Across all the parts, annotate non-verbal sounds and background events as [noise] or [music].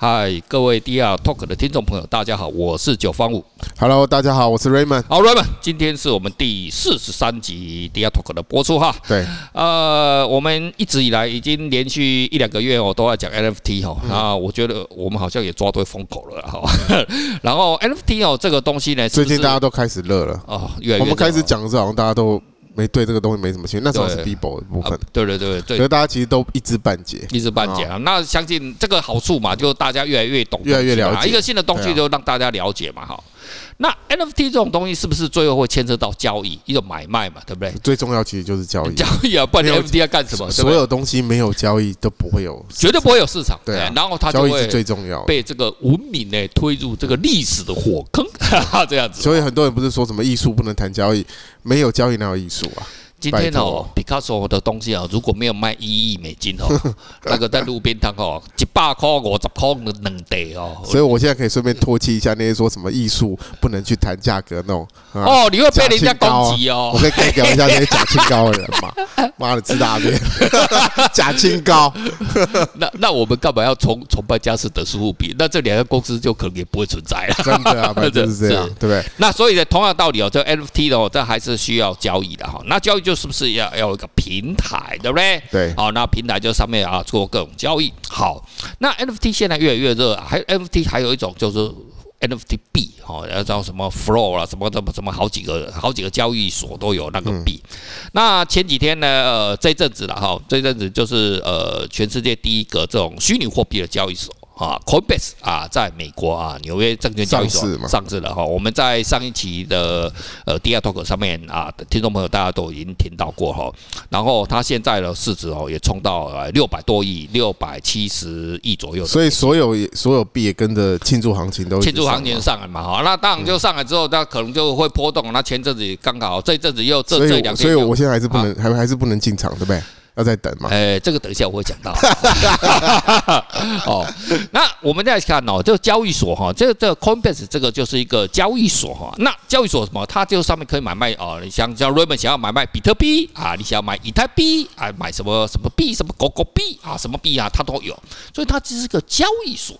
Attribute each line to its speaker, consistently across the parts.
Speaker 1: 嗨，各位 DR Talk 的听众朋友，大家好，我是九方五。
Speaker 2: Hello，大家好，我是 Raymond。
Speaker 1: 好，Raymond，今天是我们第四十三集 DR Talk 的播出哈。 [laughs]
Speaker 2: 对，
Speaker 1: 呃，我们一直以来已经连续一两个月哦，都在讲 NFT 哦，
Speaker 2: 嗯
Speaker 1: 啊，我觉得我们好像也抓对风口了啦哈。 [laughs] 然后 NFT 哦，这个东西呢，
Speaker 2: 最近大
Speaker 1: 家
Speaker 2: 家都开始热了。
Speaker 1: 哦，越来越
Speaker 2: 我们开始
Speaker 1: 热
Speaker 2: 讲的时候，好像大家都没对这个东西没什么兴趣。那时候是
Speaker 1: 对
Speaker 2: Bibo 的部
Speaker 1: 啊
Speaker 2: 分，，
Speaker 1: 对对对
Speaker 2: 可
Speaker 1: 对。
Speaker 2: 是大家其实都一知半解。
Speaker 1: 一知半解啊。那相信这个好处嘛，就大家越来越懂，
Speaker 2: 哦越来越了解
Speaker 1: 啊一个新的东
Speaker 2: 对
Speaker 1: 西
Speaker 2: 啊
Speaker 1: 就让大家了解嘛，哈。那 NFT 这种东西是不是最后会牵涉到交易，一种买卖嘛，对不对？
Speaker 2: 最重要其实就
Speaker 1: [laughs]
Speaker 2: 是交易，
Speaker 1: 交易啊，不然
Speaker 2: 没有
Speaker 1: NFT 要干什么？对不
Speaker 2: 所
Speaker 1: 对
Speaker 2: 有东西没有交易都不会有，
Speaker 1: 绝对不会有市场，哎
Speaker 2: 对啊
Speaker 1: 然后它就
Speaker 2: 交易是
Speaker 1: 会
Speaker 2: 最重要的。
Speaker 1: 被这个文明呢推入这个历史的火坑， [laughs] 哈哈，这样子。
Speaker 2: 所以很多人不是说什么艺术不能谈交易，没有交易哪有艺术啊？
Speaker 1: 今天
Speaker 2: 拜
Speaker 1: 哦
Speaker 2: 托
Speaker 1: ，Picasso 的东西啊，如果没有卖一亿美金
Speaker 2: [laughs]
Speaker 1: 哦，那个在路边摊哦，一百块、五十块两袋哦，
Speaker 2: 所以我现在可以顺便唾弃一下那些说什么艺术不能去谈价格那种。啊，
Speaker 1: 哦，你会 [laughs] 被人家攻击哦
Speaker 2: 我。可以干掉一下那些假清高的人嘛？
Speaker 1: [laughs]
Speaker 2: 妈的，吃大便， [laughs] 假清高。
Speaker 1: 那那我们干嘛要崇崇拜佳士得苏富比？那这两个公司就可能也不会存在了。
Speaker 2: 真
Speaker 1: [laughs]
Speaker 2: 的啊，反正就是这样，
Speaker 1: 是
Speaker 2: 对不对？
Speaker 1: 那所以呢，同样道理哦，这 NFT 的哦，这还是需要交易的哈、那交易就是不是要要有一个平台，对不对？
Speaker 2: 对
Speaker 1: 好、那平台就上面啊做各种交易。好，那 NFT 现在越来越热啊，还有 NFT 还有一种就是 NFT 币哈，要、叫什么 Flow 啦，什么什么什么好几个好几个交易所都有那个
Speaker 2: 嗯
Speaker 1: 币。那前几天呢，呃，这一阵子了哈，这一阵子就是呃，全世界第一个这种虚拟货币的交易所。啊，Coinbase 啊，在美国啊纽约证券交易所
Speaker 2: 上市嘛
Speaker 1: 上市了哈。我们在上一期的呃第二 talk 上面啊，听众朋友大家都已经听到过哈。然后它现在的市值哦也冲到呃六百多亿，六百七十亿左右的
Speaker 2: 所以所有所有币也跟着庆祝行情都一直
Speaker 1: 庆祝行情
Speaker 2: 上
Speaker 1: 上来嘛，哈，那当然就上来之后，那可能就会波动。那前阵子也刚好，这一阵子又
Speaker 2: 嘛，
Speaker 1: 这
Speaker 2: 所
Speaker 1: 这
Speaker 2: 以
Speaker 1: 两
Speaker 2: 我
Speaker 1: 天，
Speaker 2: 所以我现在还是不能，还还是不能进场，对不对？要再等嘛。
Speaker 1: 啊哎，这个等一下我会讲到。 [laughs] 哦，那我们再看哦，这个交易所哈，这个这个 Coinbase 这个就是一个交易所哈。那交易所什么？它就上面可以买卖哦，你想像 Raymond 想要买卖比特币啊，你想要买以太币啊，买什么什么币，什么狗狗币啊，什么币啊，它都有。所以它只是个交易所。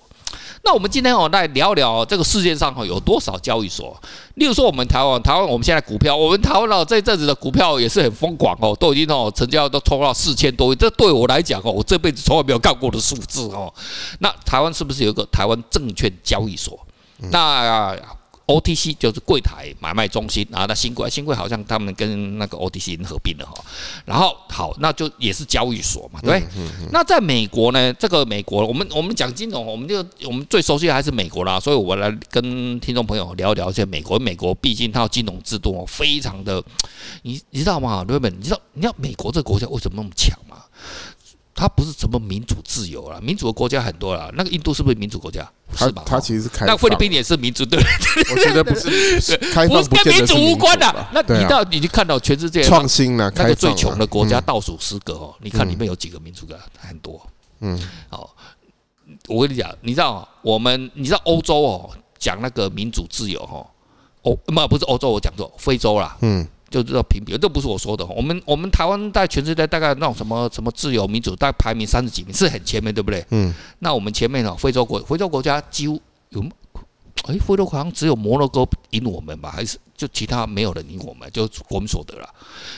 Speaker 1: 那我们今天哦来聊聊这个世界上哦有多少交易所？例如说我们台湾，台湾我们现在股票，我们台湾哦这一阵子的股票也是很疯狂哦，都已经哦成交量都冲到四千多亿，这对我来讲哦，我这辈子从来没有干过的数字哦。那台湾是不是有一个台湾证券交易所？那呃 OTC 就是柜台买卖中心啊，那新贵新贵好像他们跟那个 OTC 已经合并了哈、然后好，那就也是交易所嘛，对不对。那在美国呢，这个美国，我们我们讲金融，我们就我们最熟悉的还是美国啦，所以我来跟听众朋友聊一聊一下美国。美国毕竟它的金融制度哦非常的，你你知道吗，瑞本？你知道你知道美国这个国家为什么那么强吗？它不是什么民主自由啦，民主的国家很多啦。那个印度是不是民主国家？
Speaker 2: 它
Speaker 1: 是吧？
Speaker 2: 它
Speaker 1: 哦
Speaker 2: 其实是开
Speaker 1: 那
Speaker 2: 放，
Speaker 1: 菲律宾也是民主，对，
Speaker 2: 我觉得不
Speaker 1: [laughs]
Speaker 2: 是开
Speaker 1: 不
Speaker 2: 放，
Speaker 1: 是
Speaker 2: 不
Speaker 1: 跟
Speaker 2: 见得
Speaker 1: 民
Speaker 2: 是
Speaker 1: 主无关的
Speaker 2: 民主吧。
Speaker 1: 那
Speaker 2: 对
Speaker 1: 你
Speaker 2: 啊
Speaker 1: 到你去看到全世界
Speaker 2: 创新呢？
Speaker 1: 那
Speaker 2: 开
Speaker 1: 个
Speaker 2: 放
Speaker 1: 最穷的国家
Speaker 2: 啊，
Speaker 1: 倒数十个哦，你看里面有几个民主国家很多。
Speaker 2: 嗯，
Speaker 1: 哦，我跟你讲，你知道哦我们你知道欧洲哦，讲那个民主自由哦，欧不不是欧洲，我讲错，非洲啦。
Speaker 2: 嗯，
Speaker 1: 就知道评比，这不是我说的哦。我们我们台湾在全世界大概那种什么什么自由民主，大概排名三十几名，是很前面，对不对？
Speaker 2: 嗯。
Speaker 1: 那我们前面哦，非洲国非洲国家几乎有，哎，非洲好像只有摩洛哥赢我们吧，还是就其他没有人赢我们，就我们所得了。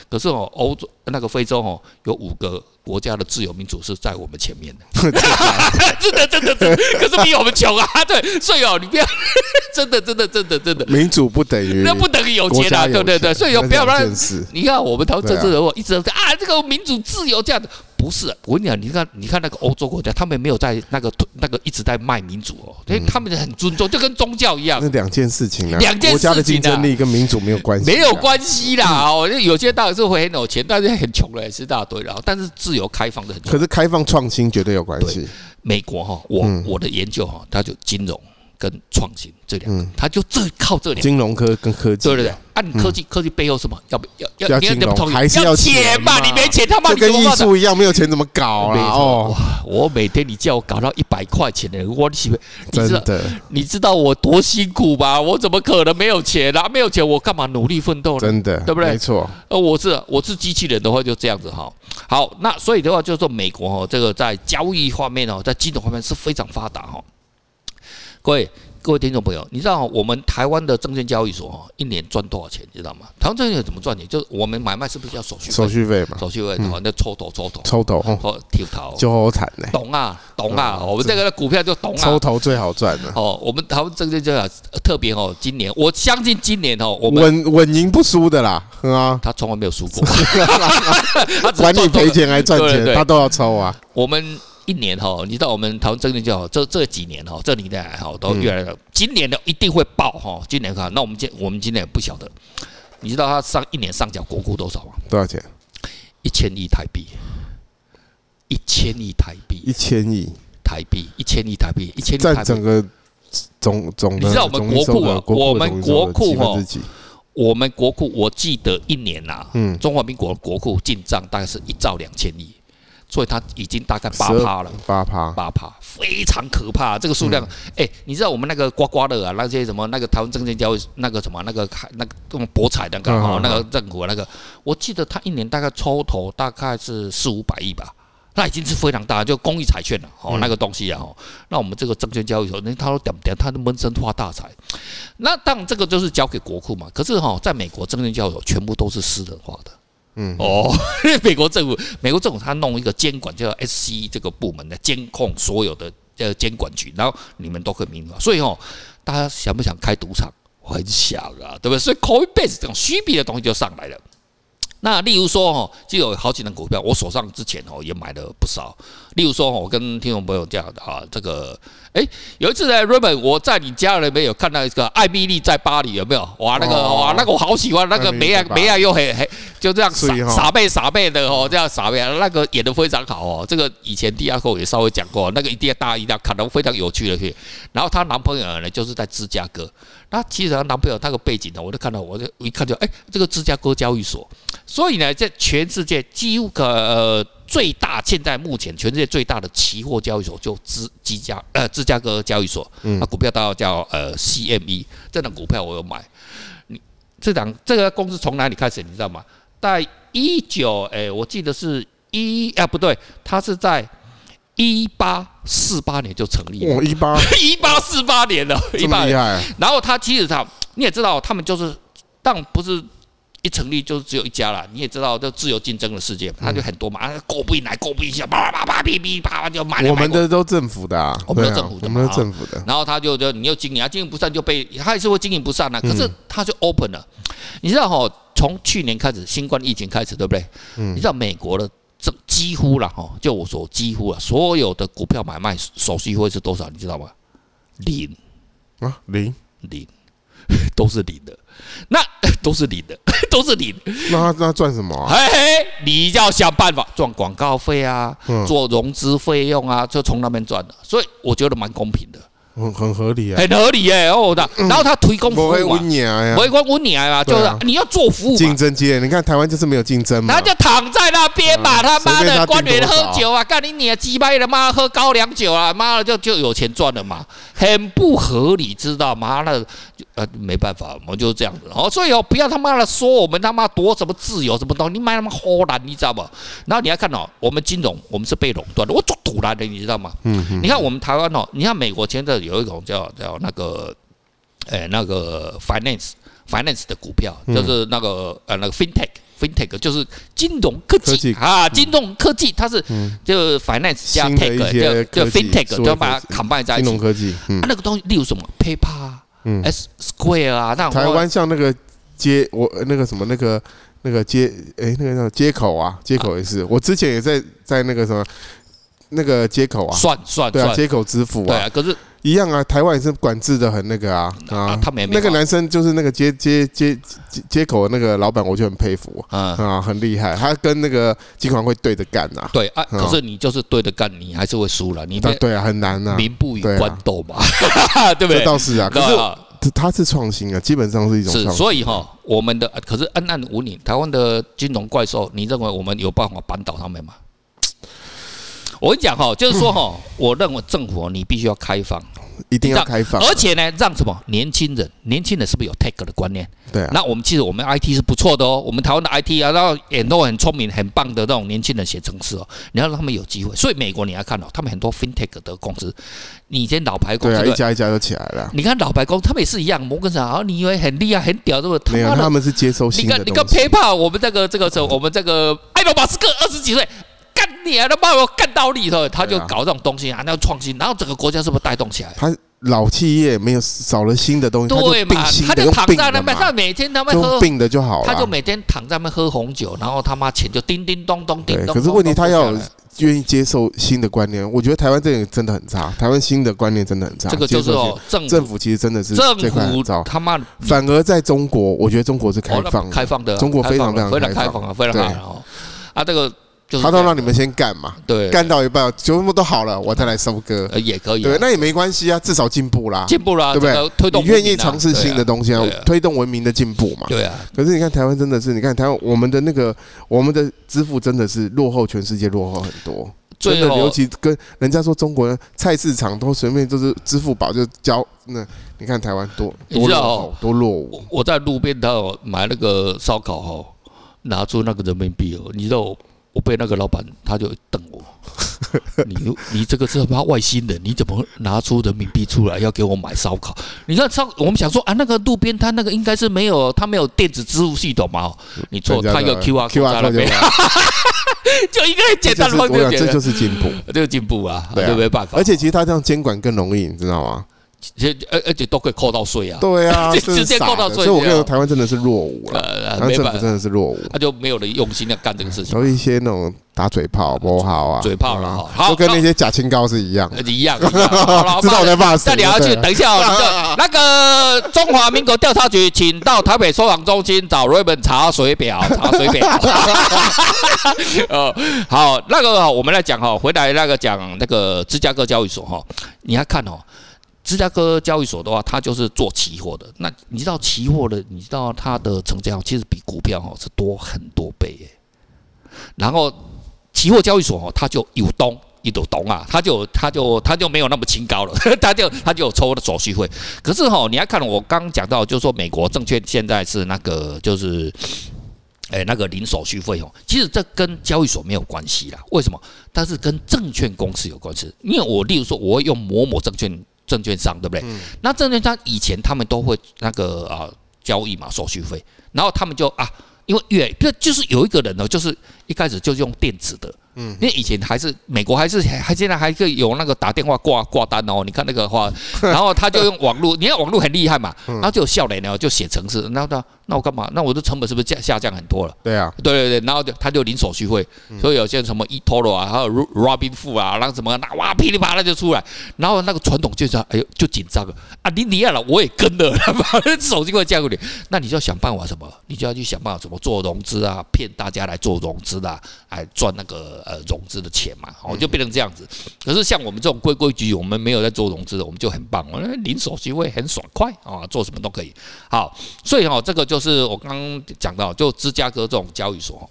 Speaker 1: 可是哦，欧洲那个非洲哦，有五个国家的自由民主是在我们前面
Speaker 2: [laughs]
Speaker 1: 的， [laughs] 真的真的真的，可是比我们穷啊，对，所以哦，你不要， [laughs] 真的真的真的真的，
Speaker 2: 民主不等于
Speaker 1: 那不等于有
Speaker 2: 国
Speaker 1: 钱
Speaker 2: 家
Speaker 1: 啊，
Speaker 2: 有
Speaker 1: 对对对，
Speaker 2: 钱
Speaker 1: 所以哦，不要
Speaker 2: 那
Speaker 1: 让
Speaker 2: 是两件事
Speaker 1: 你看我们台湾
Speaker 2: 对啊
Speaker 1: 政治人物一直在啊，这个民主自由这样的，不是我跟你讲，你看你看那个欧洲国家，他们没有在那个那个一直在卖民主哦，所以他们很尊重，就跟宗教一样
Speaker 2: 嗯那。两件事情啊，
Speaker 1: 两件事情啊
Speaker 2: 国家的竞争力跟民主没有关系，啊
Speaker 1: 没有。关系啊啦，哦，就有些当然是会很有钱，但是很穷人也是一大堆啦。哦但是自由开放的很重要
Speaker 2: 可是开放创新绝对有关系，
Speaker 1: 美国哈，我、
Speaker 2: 嗯
Speaker 1: 我的研究哈，它就金融跟创新这两
Speaker 2: 嗯
Speaker 1: 个，它就这靠这两个。
Speaker 2: 金融科跟科技，
Speaker 1: 对对对，按、你科技、科技背后什么？要不要要
Speaker 2: 嗯要
Speaker 1: 你要
Speaker 2: 金
Speaker 1: 怎么
Speaker 2: 融
Speaker 1: 同意？
Speaker 2: 还是
Speaker 1: 要
Speaker 2: 要钱
Speaker 1: 嘛？
Speaker 2: 嘛
Speaker 1: 你没钱他妈
Speaker 2: 就
Speaker 1: 你怎
Speaker 2: 跟
Speaker 1: 么
Speaker 2: 艺
Speaker 1: 办呢？
Speaker 2: 术一样，没有钱怎么搞
Speaker 1: 没
Speaker 2: 啦？
Speaker 1: 错
Speaker 2: 哦，
Speaker 1: 哇！我每天你叫我搞到一百块钱的，我岂不你
Speaker 2: 真
Speaker 1: 知道
Speaker 2: 的，
Speaker 1: 你啊知道我多辛苦吧？我怎么可能没有钱啊？没有钱我干嘛努力奋斗呢？
Speaker 2: 真的，
Speaker 1: 对不对
Speaker 2: 没错，
Speaker 1: 呃，我是我是机器人的话就这样子哈。好，那所以的话就是说美国哦，这个在交易方面哦，在金融方面是非常发达哈。各位各位听众朋友，你知道我们台湾的证券交易所哈，一年赚多少钱？你知道吗？台湾证券所怎么赚钱？就是我们买卖是不是要手续费？
Speaker 2: 手续费嘛，
Speaker 1: 手续费，好，那抽头抽头
Speaker 2: 抽头哦，
Speaker 1: 哦，跳头，
Speaker 2: 就好惨呢，
Speaker 1: 懂啊懂啊，我们这个股票就懂啊
Speaker 2: 抽。头最好赚了，
Speaker 1: 哦，我们台湾证券交易所特别哦，今年我相信今年哦，我们
Speaker 2: 稳稳赢不输的啦，嗯啊，
Speaker 1: 他从来没有输过，他只是
Speaker 2: 管
Speaker 1: 赚
Speaker 2: 你
Speaker 1: 多
Speaker 2: 赔
Speaker 1: 了
Speaker 2: 钱还赚
Speaker 1: 对对
Speaker 2: 钱，
Speaker 1: 对
Speaker 2: 他都要抽啊，
Speaker 1: 我们一年哈，你知道我们台湾证券就好，这这几年哈，这里年来哈都越来越，今年的一定会爆哈，今年看，那我们今我们今年也不晓得，你知道它上一年上缴国库多少吗？
Speaker 2: 多少钱？
Speaker 1: 一千亿台币，一千亿台
Speaker 2: 一
Speaker 1: 币，
Speaker 2: 千亿，
Speaker 1: 台币一千亿台币，一千亿
Speaker 2: 占
Speaker 1: 台
Speaker 2: 整
Speaker 1: 币。
Speaker 2: 个总总的
Speaker 1: 你知道我们
Speaker 2: 总营收
Speaker 1: 国库啊
Speaker 2: 的国库的
Speaker 1: 我们
Speaker 2: 总营收
Speaker 1: 国
Speaker 2: 的
Speaker 1: 库
Speaker 2: 几分
Speaker 1: 哦
Speaker 2: 之几
Speaker 1: 我们国库我记得一年呐、
Speaker 2: 嗯
Speaker 1: 中华民国国库进账大概是一兆两千亿，所以它已经大概八
Speaker 2: 12
Speaker 1: 趴了。
Speaker 2: 八趴，
Speaker 1: 八趴，非常可怕、这个数
Speaker 2: 嗯
Speaker 1: 量，哎、你知道我们那个刮刮乐啊，那些什么那个台湾证券交易那个什么那个开那个那种博彩那个
Speaker 2: 嗯
Speaker 1: 哦
Speaker 2: 嗯，
Speaker 1: 那个政府那个，我记得他一年大概抽头大概是四五百亿吧。那已经是非常大，就公益彩券了
Speaker 2: 嗯
Speaker 1: 哦，那个东西啊哦，那我们这个证券交易所，那他都点点，他都闷声发大财。那当然这个就是交给国库嘛。可是哈、在美国证券交易所全部都是私人化的。
Speaker 2: 嗯
Speaker 1: 哦，因为美国政府，美国政府他弄一个监管叫 SC 这个部门来监控所有的呃监管局，然后你们都可以民营化。所以哦，大家想不想开赌场？我很想啊，对不对？所以 Coinbase 这种虚拟的东西就上来了。那例如说哦，就有好几档股票，我手上之前哦也买了不少。例如说哦，我跟听众朋友讲啊，这个哎、有一次呢，Raymond，我在你家里面有看到一个艾米丽在巴黎，有没有？哇，那个、
Speaker 2: 哦
Speaker 1: 哇，那个我好喜欢，那个
Speaker 2: 艾米丽
Speaker 1: 梅
Speaker 2: 在
Speaker 1: 亚
Speaker 2: 巴黎
Speaker 1: 梅亚又很很就这样傻
Speaker 2: 所以哈
Speaker 1: 傻背傻背的哦，这样傻背，那个演的非常好哦。这个以前第二课也稍微讲过，那个一定要大家一定要看，然后非常有趣的去。然后她男朋友呢，就是在芝加哥。那其实她男朋友那个背景呢，我就看到，我就我一看就哎，这个芝加哥交易所。所以呢，在全世界几乎可、呃、最大，现在目前全世界最大的期货交易所就芝芝加呃芝加哥交易所，
Speaker 2: 嗯
Speaker 1: 那股票代号叫呃 CME，这档股票我有买。这档这个公司从哪里开始，你知道吗？在一九哎，我记得是一啊不对，它是在一八四八年就成立了，
Speaker 2: 哇，一八
Speaker 1: 一八四八年了， [laughs] 一
Speaker 2: 这
Speaker 1: 八
Speaker 2: 么厉害啊，
Speaker 1: 然后他其实他你也知道，他们就是但不是一成立就只有一家了，你也知道，就自由竞争的世界，他就很多嘛，啊，购不一来，购不一下，叭叭叭，哔哔叭叭就买了。
Speaker 2: 我们
Speaker 1: 买了
Speaker 2: 的都政府的啊，
Speaker 1: 我们都
Speaker 2: 对啊
Speaker 1: 政府的
Speaker 2: 我
Speaker 1: 嘛
Speaker 2: 们都
Speaker 1: 啊
Speaker 2: 政府的，
Speaker 1: 然后他就就你又经营啊，经营不善就被他也是会经营不善啊，可是他就 open 了，你知道哈、从去年开始新冠疫情开始，对不对？你知道美国的这几乎了哈，就我所几乎啊，所有的股票买卖手续费是多少？你知道吗？零。
Speaker 2: 啊，零，
Speaker 1: 零， [laughs] 都是零的，那 [laughs] 都是零的，都是零。
Speaker 2: 那他那赚什么啊？
Speaker 1: 嘿嘿，你要想办法赚广告费啊，做融资费用啊，就从那边赚的。所以我觉得蛮公平的，
Speaker 2: 很很合理啊，
Speaker 1: 很合理耶、哦，那然后他推供服
Speaker 2: 嗯不会
Speaker 1: 务嘛
Speaker 2: 温，雅呀
Speaker 1: 我，光问你啊，就
Speaker 2: 对
Speaker 1: 是
Speaker 2: 啊
Speaker 1: 你要做服务嘛
Speaker 2: 竞。争激烈，你看台湾就是没有竞争嘛
Speaker 1: 他，就躺在那边嘛，
Speaker 2: 嗯
Speaker 1: 他妈
Speaker 2: 随便他
Speaker 1: 的官
Speaker 2: 订
Speaker 1: 员
Speaker 2: 多少
Speaker 1: 喝酒啊，干你你的鸡掰的妈喝高粱酒啊，妈的就就有钱赚了嘛，很不合理，知道吗？那呃没办法，我们就是这样子哦，所以哦不要他妈的说我们他妈夺什么自由什么东西，你买他妈豁然，你知道吗？然后你要看哦，我们金融我们是被垄断的，我做土来的，你知道吗？
Speaker 2: 嗯嗯，
Speaker 1: 你看我们台湾哦，你看美国现在有一种叫叫那个，呃、那个 finance finance 的股票，
Speaker 2: 嗯
Speaker 1: 就是那个呃那个 fintech fintech 就是金融科技
Speaker 2: 科技嗯
Speaker 1: 啊，金融科技它是就 finance 加
Speaker 2: 新的一
Speaker 1: tech
Speaker 2: 些
Speaker 1: 就
Speaker 2: 科
Speaker 1: 就
Speaker 2: 技
Speaker 1: fintech
Speaker 2: 数位
Speaker 1: 就把
Speaker 2: 科
Speaker 1: 它 combine 在一
Speaker 2: 金融
Speaker 1: 起。
Speaker 2: 科技，嗯
Speaker 1: 啊，那个东西，例如什么 PayPal 啊、
Speaker 2: 嗯，
Speaker 1: S Square 啊，那种
Speaker 2: 台湾像那个街，我那个什么那个那个街，哎，那个叫街口啊，街口也是，我之前也在在那个什么那个街口啊，
Speaker 1: 算算
Speaker 2: 对啊，
Speaker 1: 算，
Speaker 2: 街口支付
Speaker 1: 对
Speaker 2: 啊，
Speaker 1: 啊，可是
Speaker 2: 一样啊，台湾也是管制的很那个啊啊
Speaker 1: 啊，他们也没
Speaker 2: 那个
Speaker 1: 搞
Speaker 2: 男生就是那个街街街街街口的那个老板，我就很佩服
Speaker 1: 嗯。
Speaker 2: 啊，很厉害，他跟那个金管会对着干啊，
Speaker 1: 对啊，
Speaker 2: 嗯
Speaker 1: 可是你就是对着干，你还是会输了，你
Speaker 2: 啊
Speaker 1: 别
Speaker 2: 对啊，很难啊，
Speaker 1: 民不与
Speaker 2: 对啊
Speaker 1: 官斗嘛， [laughs] 对不
Speaker 2: 这
Speaker 1: 对？
Speaker 2: 倒是啊，可
Speaker 1: 对
Speaker 2: 是
Speaker 1: 啊
Speaker 2: 它它是创新啊，基本上是一种
Speaker 1: 是，
Speaker 2: 创新。
Speaker 1: 所以哈，我们的可是暗暗无你，台湾的金融怪兽，你认为我们有办法扳倒他们吗？
Speaker 2: 嗯
Speaker 1: 我跟你讲哈，就是说哈，我认为政府哦你必须要开放，
Speaker 2: 一定要开放，啊
Speaker 1: 而且呢，让什么年轻人，年轻人是不是有 tech 的观念？
Speaker 2: 对啊，
Speaker 1: 那我们其实我们 IT 是不错的哦，我们台湾的 IT 啊，然后也都很聪明、很棒的那种年轻人写程式哦，你要让他们有机会。所以美国你要看哦，他们很多 FinTech 的公司，你以前老牌公
Speaker 2: 对
Speaker 1: 司
Speaker 2: 啊，
Speaker 1: 对
Speaker 2: 一
Speaker 1: 不对，
Speaker 2: 家一家都起来了。啊
Speaker 1: 你看老牌公司他们也是一样，摩根士丹，啊，你以为很厉害、很屌，对不对？
Speaker 2: 没有，
Speaker 1: 他妈
Speaker 2: 他
Speaker 1: 的，
Speaker 2: 们是接收
Speaker 1: 你
Speaker 2: 新
Speaker 1: 看
Speaker 2: 的
Speaker 1: 你看
Speaker 2: 东西。哦
Speaker 1: PayPal，我们这个这个时候，我们这个埃隆马斯克二十几岁。干你啊！他妈我干到你了，他就
Speaker 2: 对啊
Speaker 1: 搞这种东西啊，那创新，然后整个国家是不是带动起来？
Speaker 2: 他老企业没有少了新的东西，他
Speaker 1: 对
Speaker 2: 就
Speaker 1: 嘛
Speaker 2: 病？新
Speaker 1: 他
Speaker 2: 的，
Speaker 1: 就
Speaker 2: 用
Speaker 1: 躺
Speaker 2: 病
Speaker 1: 在
Speaker 2: 的
Speaker 1: 那边，
Speaker 2: 嘛
Speaker 1: 他，每天他妈喝
Speaker 2: 用病的啊就好了。
Speaker 1: 他就每天躺在那边喝红酒，然后他妈钱就叮叮咚咚叮
Speaker 2: 对，
Speaker 1: 咚咚。
Speaker 2: 可是问题他要啊
Speaker 1: 咚
Speaker 2: 有
Speaker 1: 咚下来
Speaker 2: 愿意接受新的观念，我觉得台湾这里真的很差，台湾新的观念真的很差。
Speaker 1: 这个就是
Speaker 2: 接受
Speaker 1: 哦，政
Speaker 2: 性政府其实真的是
Speaker 1: 府政
Speaker 2: 这块很糟
Speaker 1: 府，他妈
Speaker 2: 反而在中国，我觉得中国是开
Speaker 1: 哦那
Speaker 2: 放
Speaker 1: 开
Speaker 2: 的，
Speaker 1: 放的啊，
Speaker 2: 中国非常
Speaker 1: 开放非
Speaker 2: 非常
Speaker 1: 常
Speaker 2: 开
Speaker 1: 开
Speaker 2: 放
Speaker 1: 放啊，非
Speaker 2: 对
Speaker 1: 常好哦。啊，这个就是
Speaker 2: 他
Speaker 1: 这
Speaker 2: 都
Speaker 1: 样
Speaker 2: 让你们先干嘛，
Speaker 1: 对
Speaker 2: 干到一半全部都好了，我再来收割。
Speaker 1: 呃也可以啊
Speaker 2: 对，那也没关系啊，至少进步啦。
Speaker 1: 进步了，啊
Speaker 2: 对不对
Speaker 1: 这个推动
Speaker 2: 你愿意
Speaker 1: 文明啊
Speaker 2: 尝试新的东西啊
Speaker 1: 对啊，
Speaker 2: 推动文明的进步嘛。
Speaker 1: 对啊，
Speaker 2: 可是你看台湾真的是，你看台湾我们的那个我们的支付真的是落后全世界落后很多，真
Speaker 1: 最
Speaker 2: 的尤
Speaker 1: 后
Speaker 2: 其跟人家说中国人菜市场都随便就是支付宝就交，那你看台湾多
Speaker 1: 你
Speaker 2: 多
Speaker 1: 知
Speaker 2: 落
Speaker 1: 道
Speaker 2: 后多落伍
Speaker 1: 我，我在路边头买那个烧烤哦，拿出那个人民币哦，你知道我我被那个老板他就瞪
Speaker 2: [laughs]
Speaker 1: 我，你你这个是他妈外星人，你怎么拿出人民币出来要给我买烧烤？你看烧，我们想说啊，那个路边摊那个应该是没有，他没有电子支付系统嘛？哦你错，他一个 QR
Speaker 2: Q
Speaker 1: code 在
Speaker 2: R
Speaker 1: 那
Speaker 2: code 就
Speaker 1: 边，
Speaker 2: 来了
Speaker 1: [laughs] 就一个很简
Speaker 2: 这
Speaker 1: 单
Speaker 2: 就是
Speaker 1: 的方
Speaker 2: 我
Speaker 1: 面
Speaker 2: 想
Speaker 1: 解
Speaker 2: 这
Speaker 1: 决，
Speaker 2: 就是进
Speaker 1: [laughs]
Speaker 2: 步，
Speaker 1: 这个进步啊，
Speaker 2: 对啊
Speaker 1: 这没办法。
Speaker 2: 而且其实他这样监管更容易，你知道吗？
Speaker 1: 且而而且都可以扣到税啊，
Speaker 2: 对
Speaker 1: [laughs]
Speaker 2: 啊，
Speaker 1: 直
Speaker 2: 这是
Speaker 1: 直接
Speaker 2: 傻
Speaker 1: 扣到
Speaker 2: 的
Speaker 1: 最
Speaker 2: 所以我跟你说，
Speaker 1: 后
Speaker 2: 台湾真的是落伍了，
Speaker 1: 呃
Speaker 2: 台
Speaker 1: 呃
Speaker 2: 湾
Speaker 1: 没
Speaker 2: 政
Speaker 1: 办
Speaker 2: 府
Speaker 1: 法，
Speaker 2: 真的是落伍，
Speaker 1: 他就没有人用心要干这个事情。
Speaker 2: 所以一些那种打嘴炮不好啊，
Speaker 1: 嘴炮了
Speaker 2: 啊
Speaker 1: 好
Speaker 2: 就跟
Speaker 1: 那
Speaker 2: 那些假清高是一样的，
Speaker 1: 呃一
Speaker 2: [laughs]
Speaker 1: 样，一样好了，
Speaker 2: 知道我在骂
Speaker 1: 再
Speaker 2: 谁，
Speaker 1: 聊下去，
Speaker 2: 对啊
Speaker 1: 等一下哦，你就那个中华民国调查局，请到台北收网中心找 Raymond 查水表，查水
Speaker 2: [laughs]
Speaker 1: 表。呃，好，那个哦我们来讲哈，回来那个讲那个芝加哥交易所哈，你要看哦。芝加哥交易所的话，它就是做期货的。那你知道期货的，你知道它的成交量其实比股票哈是多很多倍耶。然后期货交易所哦，它就有东有东啊，它就它就它就没有那么清高了， [laughs] 它就它就有抽的手续费。可是哈、哦，你要看我刚刚讲到，就是说美国证券现在是那个就是。哎，那个零手续费哦，其实这跟交易所没有关系啦。为什么？但是跟证券公司有关系。因为我例如说，我会用某某证券证券商，对不对？那证券商以前他们都会那个啊、交易嘛手续费，然后他们就啊，因为越这就是有一个人呢，哦就是一开始就用电子的，嗯，因为以前还是美国还是还现在还可以有那个打电话挂挂单哦，你看那个话，然后他就用网络，你看网络很厉害嘛，然后就有笑脸哦呢就写程式，那那那我干嘛？那我的成本是不是下下降很多了？
Speaker 2: 对啊，
Speaker 1: 对对对，然后就他就零手续费，所以有些人什么 eToro 啊，还有 Ro- Robinhood 啊，然后什么那哇噼里啪啦就出来，然后那个传统券商哎呦就紧张了啊，你你也了，我也跟了， [laughs] 把那手机给我降给你，那你就要想办法什么，你就要去想办法怎么做融资啊，骗大家来做融资啊，来赚那个呃融资的钱嘛，哦就变成这样子。可是像我们这种规规矩矩，我们没有在做融资的，我们就很棒，我们零手续费很爽快啊，做什么都可以。好，所以哦，这个就是我刚刚讲到，就芝加哥这种交易所哦，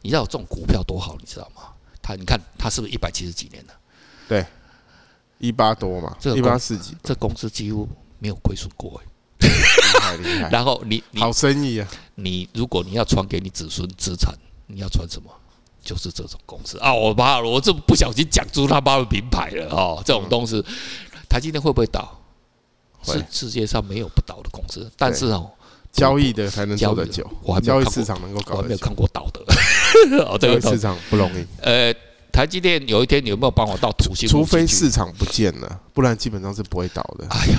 Speaker 1: 你知道这种股票多好，你知道吗？它你看它是不是一百七十几年了？
Speaker 2: 一八多嘛
Speaker 1: 这，个
Speaker 2: 一
Speaker 1: 公
Speaker 2: 八四几，
Speaker 1: 这公司几乎没有亏损过哎。
Speaker 2: 厉害厉害，
Speaker 1: 然后你 [laughs] 你
Speaker 2: 哎好生意啊，
Speaker 1: 你，如果你要传给你子孙资产，你要传什么？就是这种公司啊！我妈，我这不小心讲出他妈的名牌了哦！这种东西，台积电会不会倒？
Speaker 2: 会
Speaker 1: 是世界上没有不倒的公司，但是哦，
Speaker 2: 交易的才能
Speaker 1: 交
Speaker 2: 走
Speaker 1: 易
Speaker 2: 得
Speaker 1: 的
Speaker 2: 久，
Speaker 1: 我还没有
Speaker 2: 交易
Speaker 1: 看过
Speaker 2: 市场能够
Speaker 1: 我
Speaker 2: 搞
Speaker 1: 还没
Speaker 2: 得
Speaker 1: 有
Speaker 2: 久，
Speaker 1: 看过倒的。 [laughs] 哦，这个
Speaker 2: 交易
Speaker 1: 东
Speaker 2: 市
Speaker 1: 西
Speaker 2: 场不容易，
Speaker 1: 呃，台积电有一天有没有帮我到土星？
Speaker 2: 除非，市场不见了，不然基本上是不会倒的。
Speaker 1: 哎呀，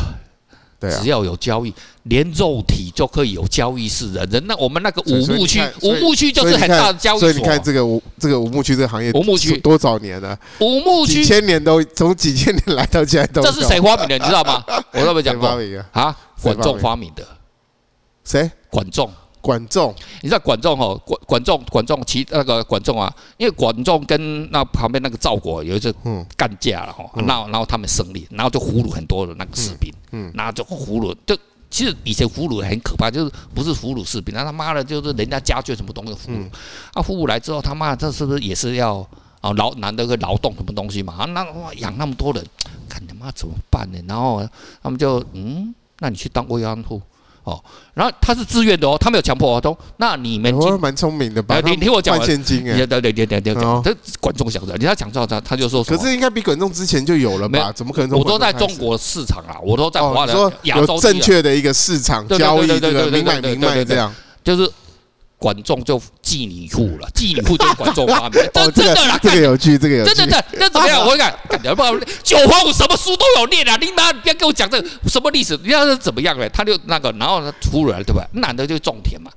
Speaker 2: 对啊
Speaker 1: 只，要有交易，连肉体就可以有交易是人人。那我们那个
Speaker 2: 所以
Speaker 1: 五
Speaker 2: 所以
Speaker 1: 牧
Speaker 2: 你
Speaker 1: 区
Speaker 2: 看，
Speaker 1: 五
Speaker 2: 所以
Speaker 1: 牧区就是很大的交易
Speaker 2: 所以你看
Speaker 1: 所。啊
Speaker 2: 这个五这个五牧区这个行业，
Speaker 1: 五牧区
Speaker 2: 多少年了？
Speaker 1: 五牧区
Speaker 2: 几，千年都从几千年来到现在都
Speaker 1: 这是谁发明的？你知道吗？
Speaker 2: [laughs]
Speaker 1: 我都没
Speaker 2: 谁
Speaker 1: 讲
Speaker 2: 发
Speaker 1: 过
Speaker 2: 明的？
Speaker 1: 啊，
Speaker 2: 谁
Speaker 1: 管
Speaker 2: 发
Speaker 1: 仲
Speaker 2: 明
Speaker 1: 发明的。
Speaker 2: 谁？
Speaker 1: 管仲，
Speaker 2: 管仲
Speaker 1: 你知道管仲哦，管管仲，管仲其那个管仲啊，因为管仲跟那旁边那个赵国有一次
Speaker 2: 嗯
Speaker 1: 干架了哈，然后然后他们胜利，然后就俘虏很多的那个士兵，
Speaker 2: 嗯嗯
Speaker 1: 然后就俘虏就。其实以前俘虏很可怕，就是不是俘虏士兵，那他妈的就是人家家眷什么东西俘虏
Speaker 2: 嗯，
Speaker 1: 啊俘虏来之后他哦妈的这是不是也是要啊劳难得个劳动什么东西嘛？啊那哇养那么多人，看干他妈怎么办呢？然后他们就嗯，那你去当慰安妇哦。然后他是自愿的哦，他没有强迫哦。都，那你们今
Speaker 2: 我蛮聪明的吧
Speaker 1: 哎？你
Speaker 2: 他们
Speaker 1: 听我讲
Speaker 2: 换现金哎
Speaker 1: 你，对对对对对，
Speaker 2: 哦
Speaker 1: 这观众想的，你要讲到他，他就说什
Speaker 2: 可
Speaker 1: 么？
Speaker 2: 是应该比滚动之前就有了
Speaker 1: 没
Speaker 2: 吧？
Speaker 1: 有
Speaker 2: 怎么可能从
Speaker 1: 我
Speaker 2: 滚
Speaker 1: 都
Speaker 2: 动
Speaker 1: 在
Speaker 2: 开始？
Speaker 1: 中国市场啊，我都在华
Speaker 2: 哦，你
Speaker 1: 人
Speaker 2: 说
Speaker 1: 亚洲
Speaker 2: 有
Speaker 1: 地
Speaker 2: 正
Speaker 1: 啊，
Speaker 2: 确的一个市场
Speaker 1: 对对
Speaker 2: 交易，
Speaker 1: 对对
Speaker 2: 这个
Speaker 1: 对对
Speaker 2: 明买
Speaker 1: 对对
Speaker 2: 明
Speaker 1: 对
Speaker 2: 卖
Speaker 1: 对
Speaker 2: 这样。
Speaker 1: 啊就是管仲就妓女户了，妓女户就是管仲发明的，
Speaker 2: [laughs]
Speaker 1: 真，
Speaker 2: 哦这
Speaker 1: 真
Speaker 2: 个
Speaker 1: 的啦，
Speaker 2: 这个有趣，这个有
Speaker 1: 真
Speaker 2: 趣。
Speaker 1: 的真的，那怎
Speaker 2: [laughs]
Speaker 1: 么样？我看，感觉不好。九皇我什么书都有念啊！你妈，你不要跟我讲这个什么历史，你要是怎么样嘞？他就那个，然后他出来了，对吧？男的就种田嘛。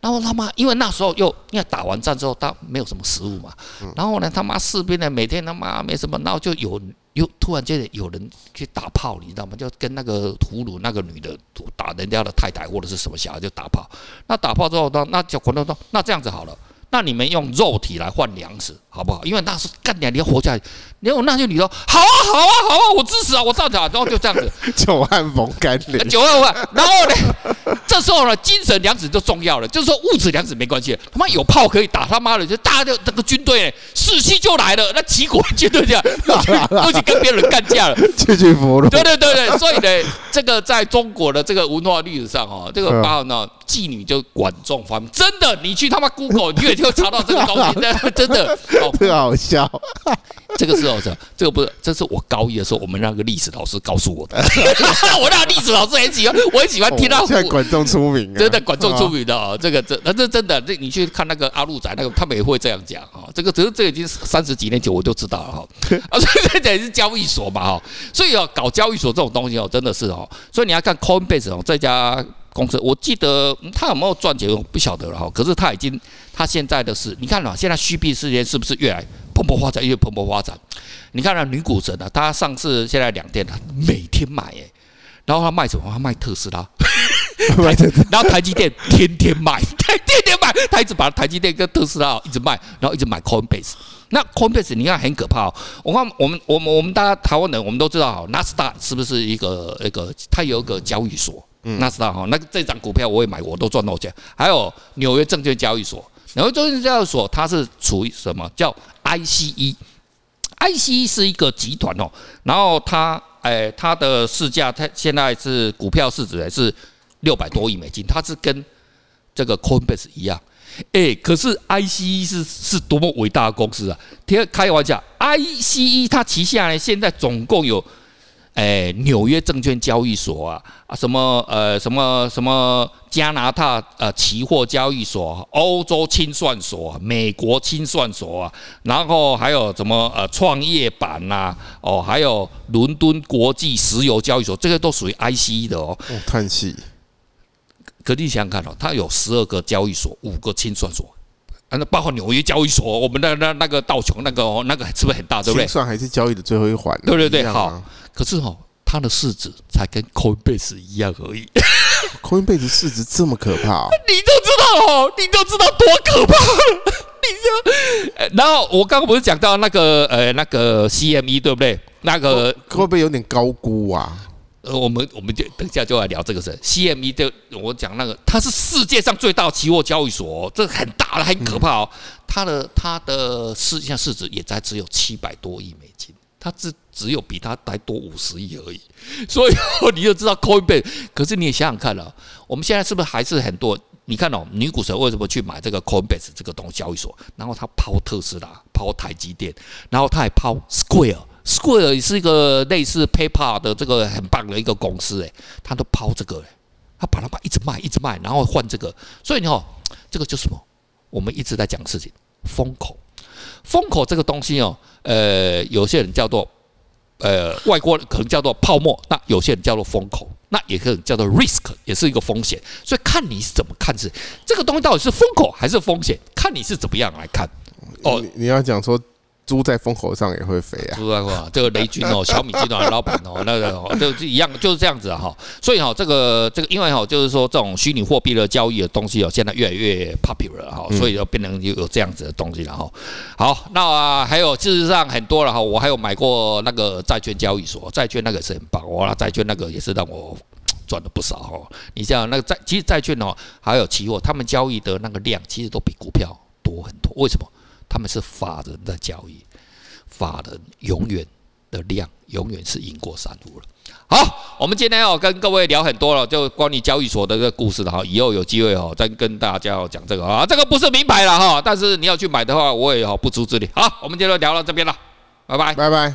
Speaker 1: 然后他妈，因为那时候又因为打完战之后，他没有什么食物嘛。然后呢，他妈士兵呢，每天他妈没什么，然后就有又突然间有人去打炮，你知道吗？就跟那个俘虏那个女的打人家的太太或者是什么小孩就打炮。那打炮之后，那那就广东说，那这样子好了。那你们用肉体来换粮食，好不好？因为那是干点你要活下来。然后那些女的说好啊，好啊，好啊，我支持啊，我站起来，然后就这样子， [laughs]
Speaker 2: 久旱逢甘霖，
Speaker 1: 九万万。然后呢，这时候呢，精神粮食就重要了，就是说物质粮食没关系，他妈有炮可以打，他妈的就大家就那个军队士气就来了，那齐国军队这样又去又去跟别人干架了。
Speaker 2: 去去福
Speaker 1: [laughs]
Speaker 2: 禄。
Speaker 1: 对啊对对对，所以呢，这个在中国的这个文化历史上哦，这个
Speaker 2: 嗯
Speaker 1: 包含呢妓女就管仲方面，真的，你去他妈 Google，你也 [laughs] 就查到这个东西，真的真的哦，
Speaker 2: 特好笑，
Speaker 1: 这个时候是这个不是，这是我高一的时候，我们那个历史老师告诉我的， [laughs] 我那个历史老师很喜欢，我很喜欢听到
Speaker 2: 哦现在管仲出名啊，
Speaker 1: 真的管仲出
Speaker 2: 啊，
Speaker 1: 名的哦，这个真那这真的，这你去看那个阿路仔那个，他们也会这样讲哦。这个只是这已经三十几年前我就知道
Speaker 2: [laughs]
Speaker 1: 了哈、啊，所以这也是交易所嘛哈、哦，所以哦，搞交易所这种东西哦，真的是哦，所以你要看 Coinbase 哦这家公司，我记得嗯它有没有赚钱我不晓得了哈、可是它已经它现在的是，你看啊，现在虚币世界是不是越来蓬勃发展，越蓬勃发展？你看那、女股神啊，她上市现在两天了，每天买哎、然后她卖什么？她卖特斯拉。
Speaker 2: 买的
Speaker 1: 然后台积电天天卖， [laughs] 台天天卖，他一直把台积电跟特斯拉一直卖，然后一直买 Coinbase。那 Coinbase 你看很可怕、哦，我看我们我们我们大家台湾人我们都知道，纳斯达是不是一个一个它有一个交易所，纳斯达哈，那个这张股票我也买，我都赚到钱。还有纽约证券交易所，纽约证券交易所它是处于什么叫 E ICE？ICE E 是一个集团哦，然后它，哎，它的市价，它现在是股票市值还是六百多亿美金，它是跟这个 Coinbase 一样，哎，可是 ICE 是是多么伟大的公司啊！天，开玩笑，ICE 它旗下呢，现在总共有，哎，纽约证券交易所啊，啊什么呃什么什么加拿大呃期货交易所啊、欧洲清算所啊、美国清算所啊，然后还有什么呃创业板呐、哦，还有伦敦国际石油交易所，这个都属于 ICE 的哦。
Speaker 2: 哦叹气，
Speaker 1: 可你想想看哦，它有十二个交易所，五个清算所，啊，那包括纽约交易所，我们的那那个道琼那个哦，那个是不是很大，对不对
Speaker 2: 清？算还是交易的最后一环啊，
Speaker 1: 对对对
Speaker 2: 一样啊。
Speaker 1: 可是哦，它的市值才跟 Coinbase 一样而已， [laughs]
Speaker 2: Coinbase 市值这么可怕哦，
Speaker 1: 你都知道哦，你都知道多可怕 [laughs] 了，你就，呃然后我刚刚不是讲到那个呃那个 CME 对不对？那个
Speaker 2: 会不会有点高估啊？
Speaker 1: 呃，我们我们就等一下就来聊这个事。CME 的我讲那个，它是世界上最大的期货交易所、哦，这很大了，很可怕哦。它的它的市现在市值也才只有七百多亿美金，它只只有比它还多五十亿而已。 [laughs] 所以你就知道 Coinbase。可是你也想想看啊，我们现在是不是还是很多？你看哦，女股神为什么去买这个 Coinbase 这个东西交易所？然后她抛特斯拉，抛台积电，然后她还抛 Square。Square 也是一个类似 PayPal 的这个很棒的一个公司，诶，她都抛这个、诶，她把它把一直卖，一直卖，然后换这个。所以你哦，这个就是什么？我们一直在讲的事情，风口。风口这个东西哦，呃，有些人叫做呃，外国人可能叫做泡沫，那有些人叫做风口，那也可能叫做 risk，也是一个风险。所以看你是怎么看是这个东西到底是风口还是风险，看你是怎么样来看。哦
Speaker 2: 哦，你要讲说猪在风口上也会飞啊？
Speaker 1: 知道吗？ [laughs] 这个雷军哦，小米集团的老板哦，那个哦就是一样，就是这样子啊哈、所以哈、这个这个，因为哈、就是说这种虚拟货币的交易的东西哦，现在越来越 popular 了哈、所以就变成有有这样子的东西了哈、好，那、啊、还有事实上很多了哈、我还有买过那个债券交易所，债券那个也是很棒，哇，那债券那个也是让我。赚了不少哦，你像那个债，其实债券哦，还有期货，他们交易的那个量其实都比股票多很多。为什么？他们是法人在交易，法人永远的量永远是赢过散户了。好，我们今天哦跟各位聊很多了，就关于交易所的这个故事了哈。以后有机会哦再跟大家哦讲这个啊，这个不是名哦牌了哈，但是你要去买的话，我也哦不阻止你。好，我们今天就聊到这边了，拜拜。
Speaker 2: 拜拜。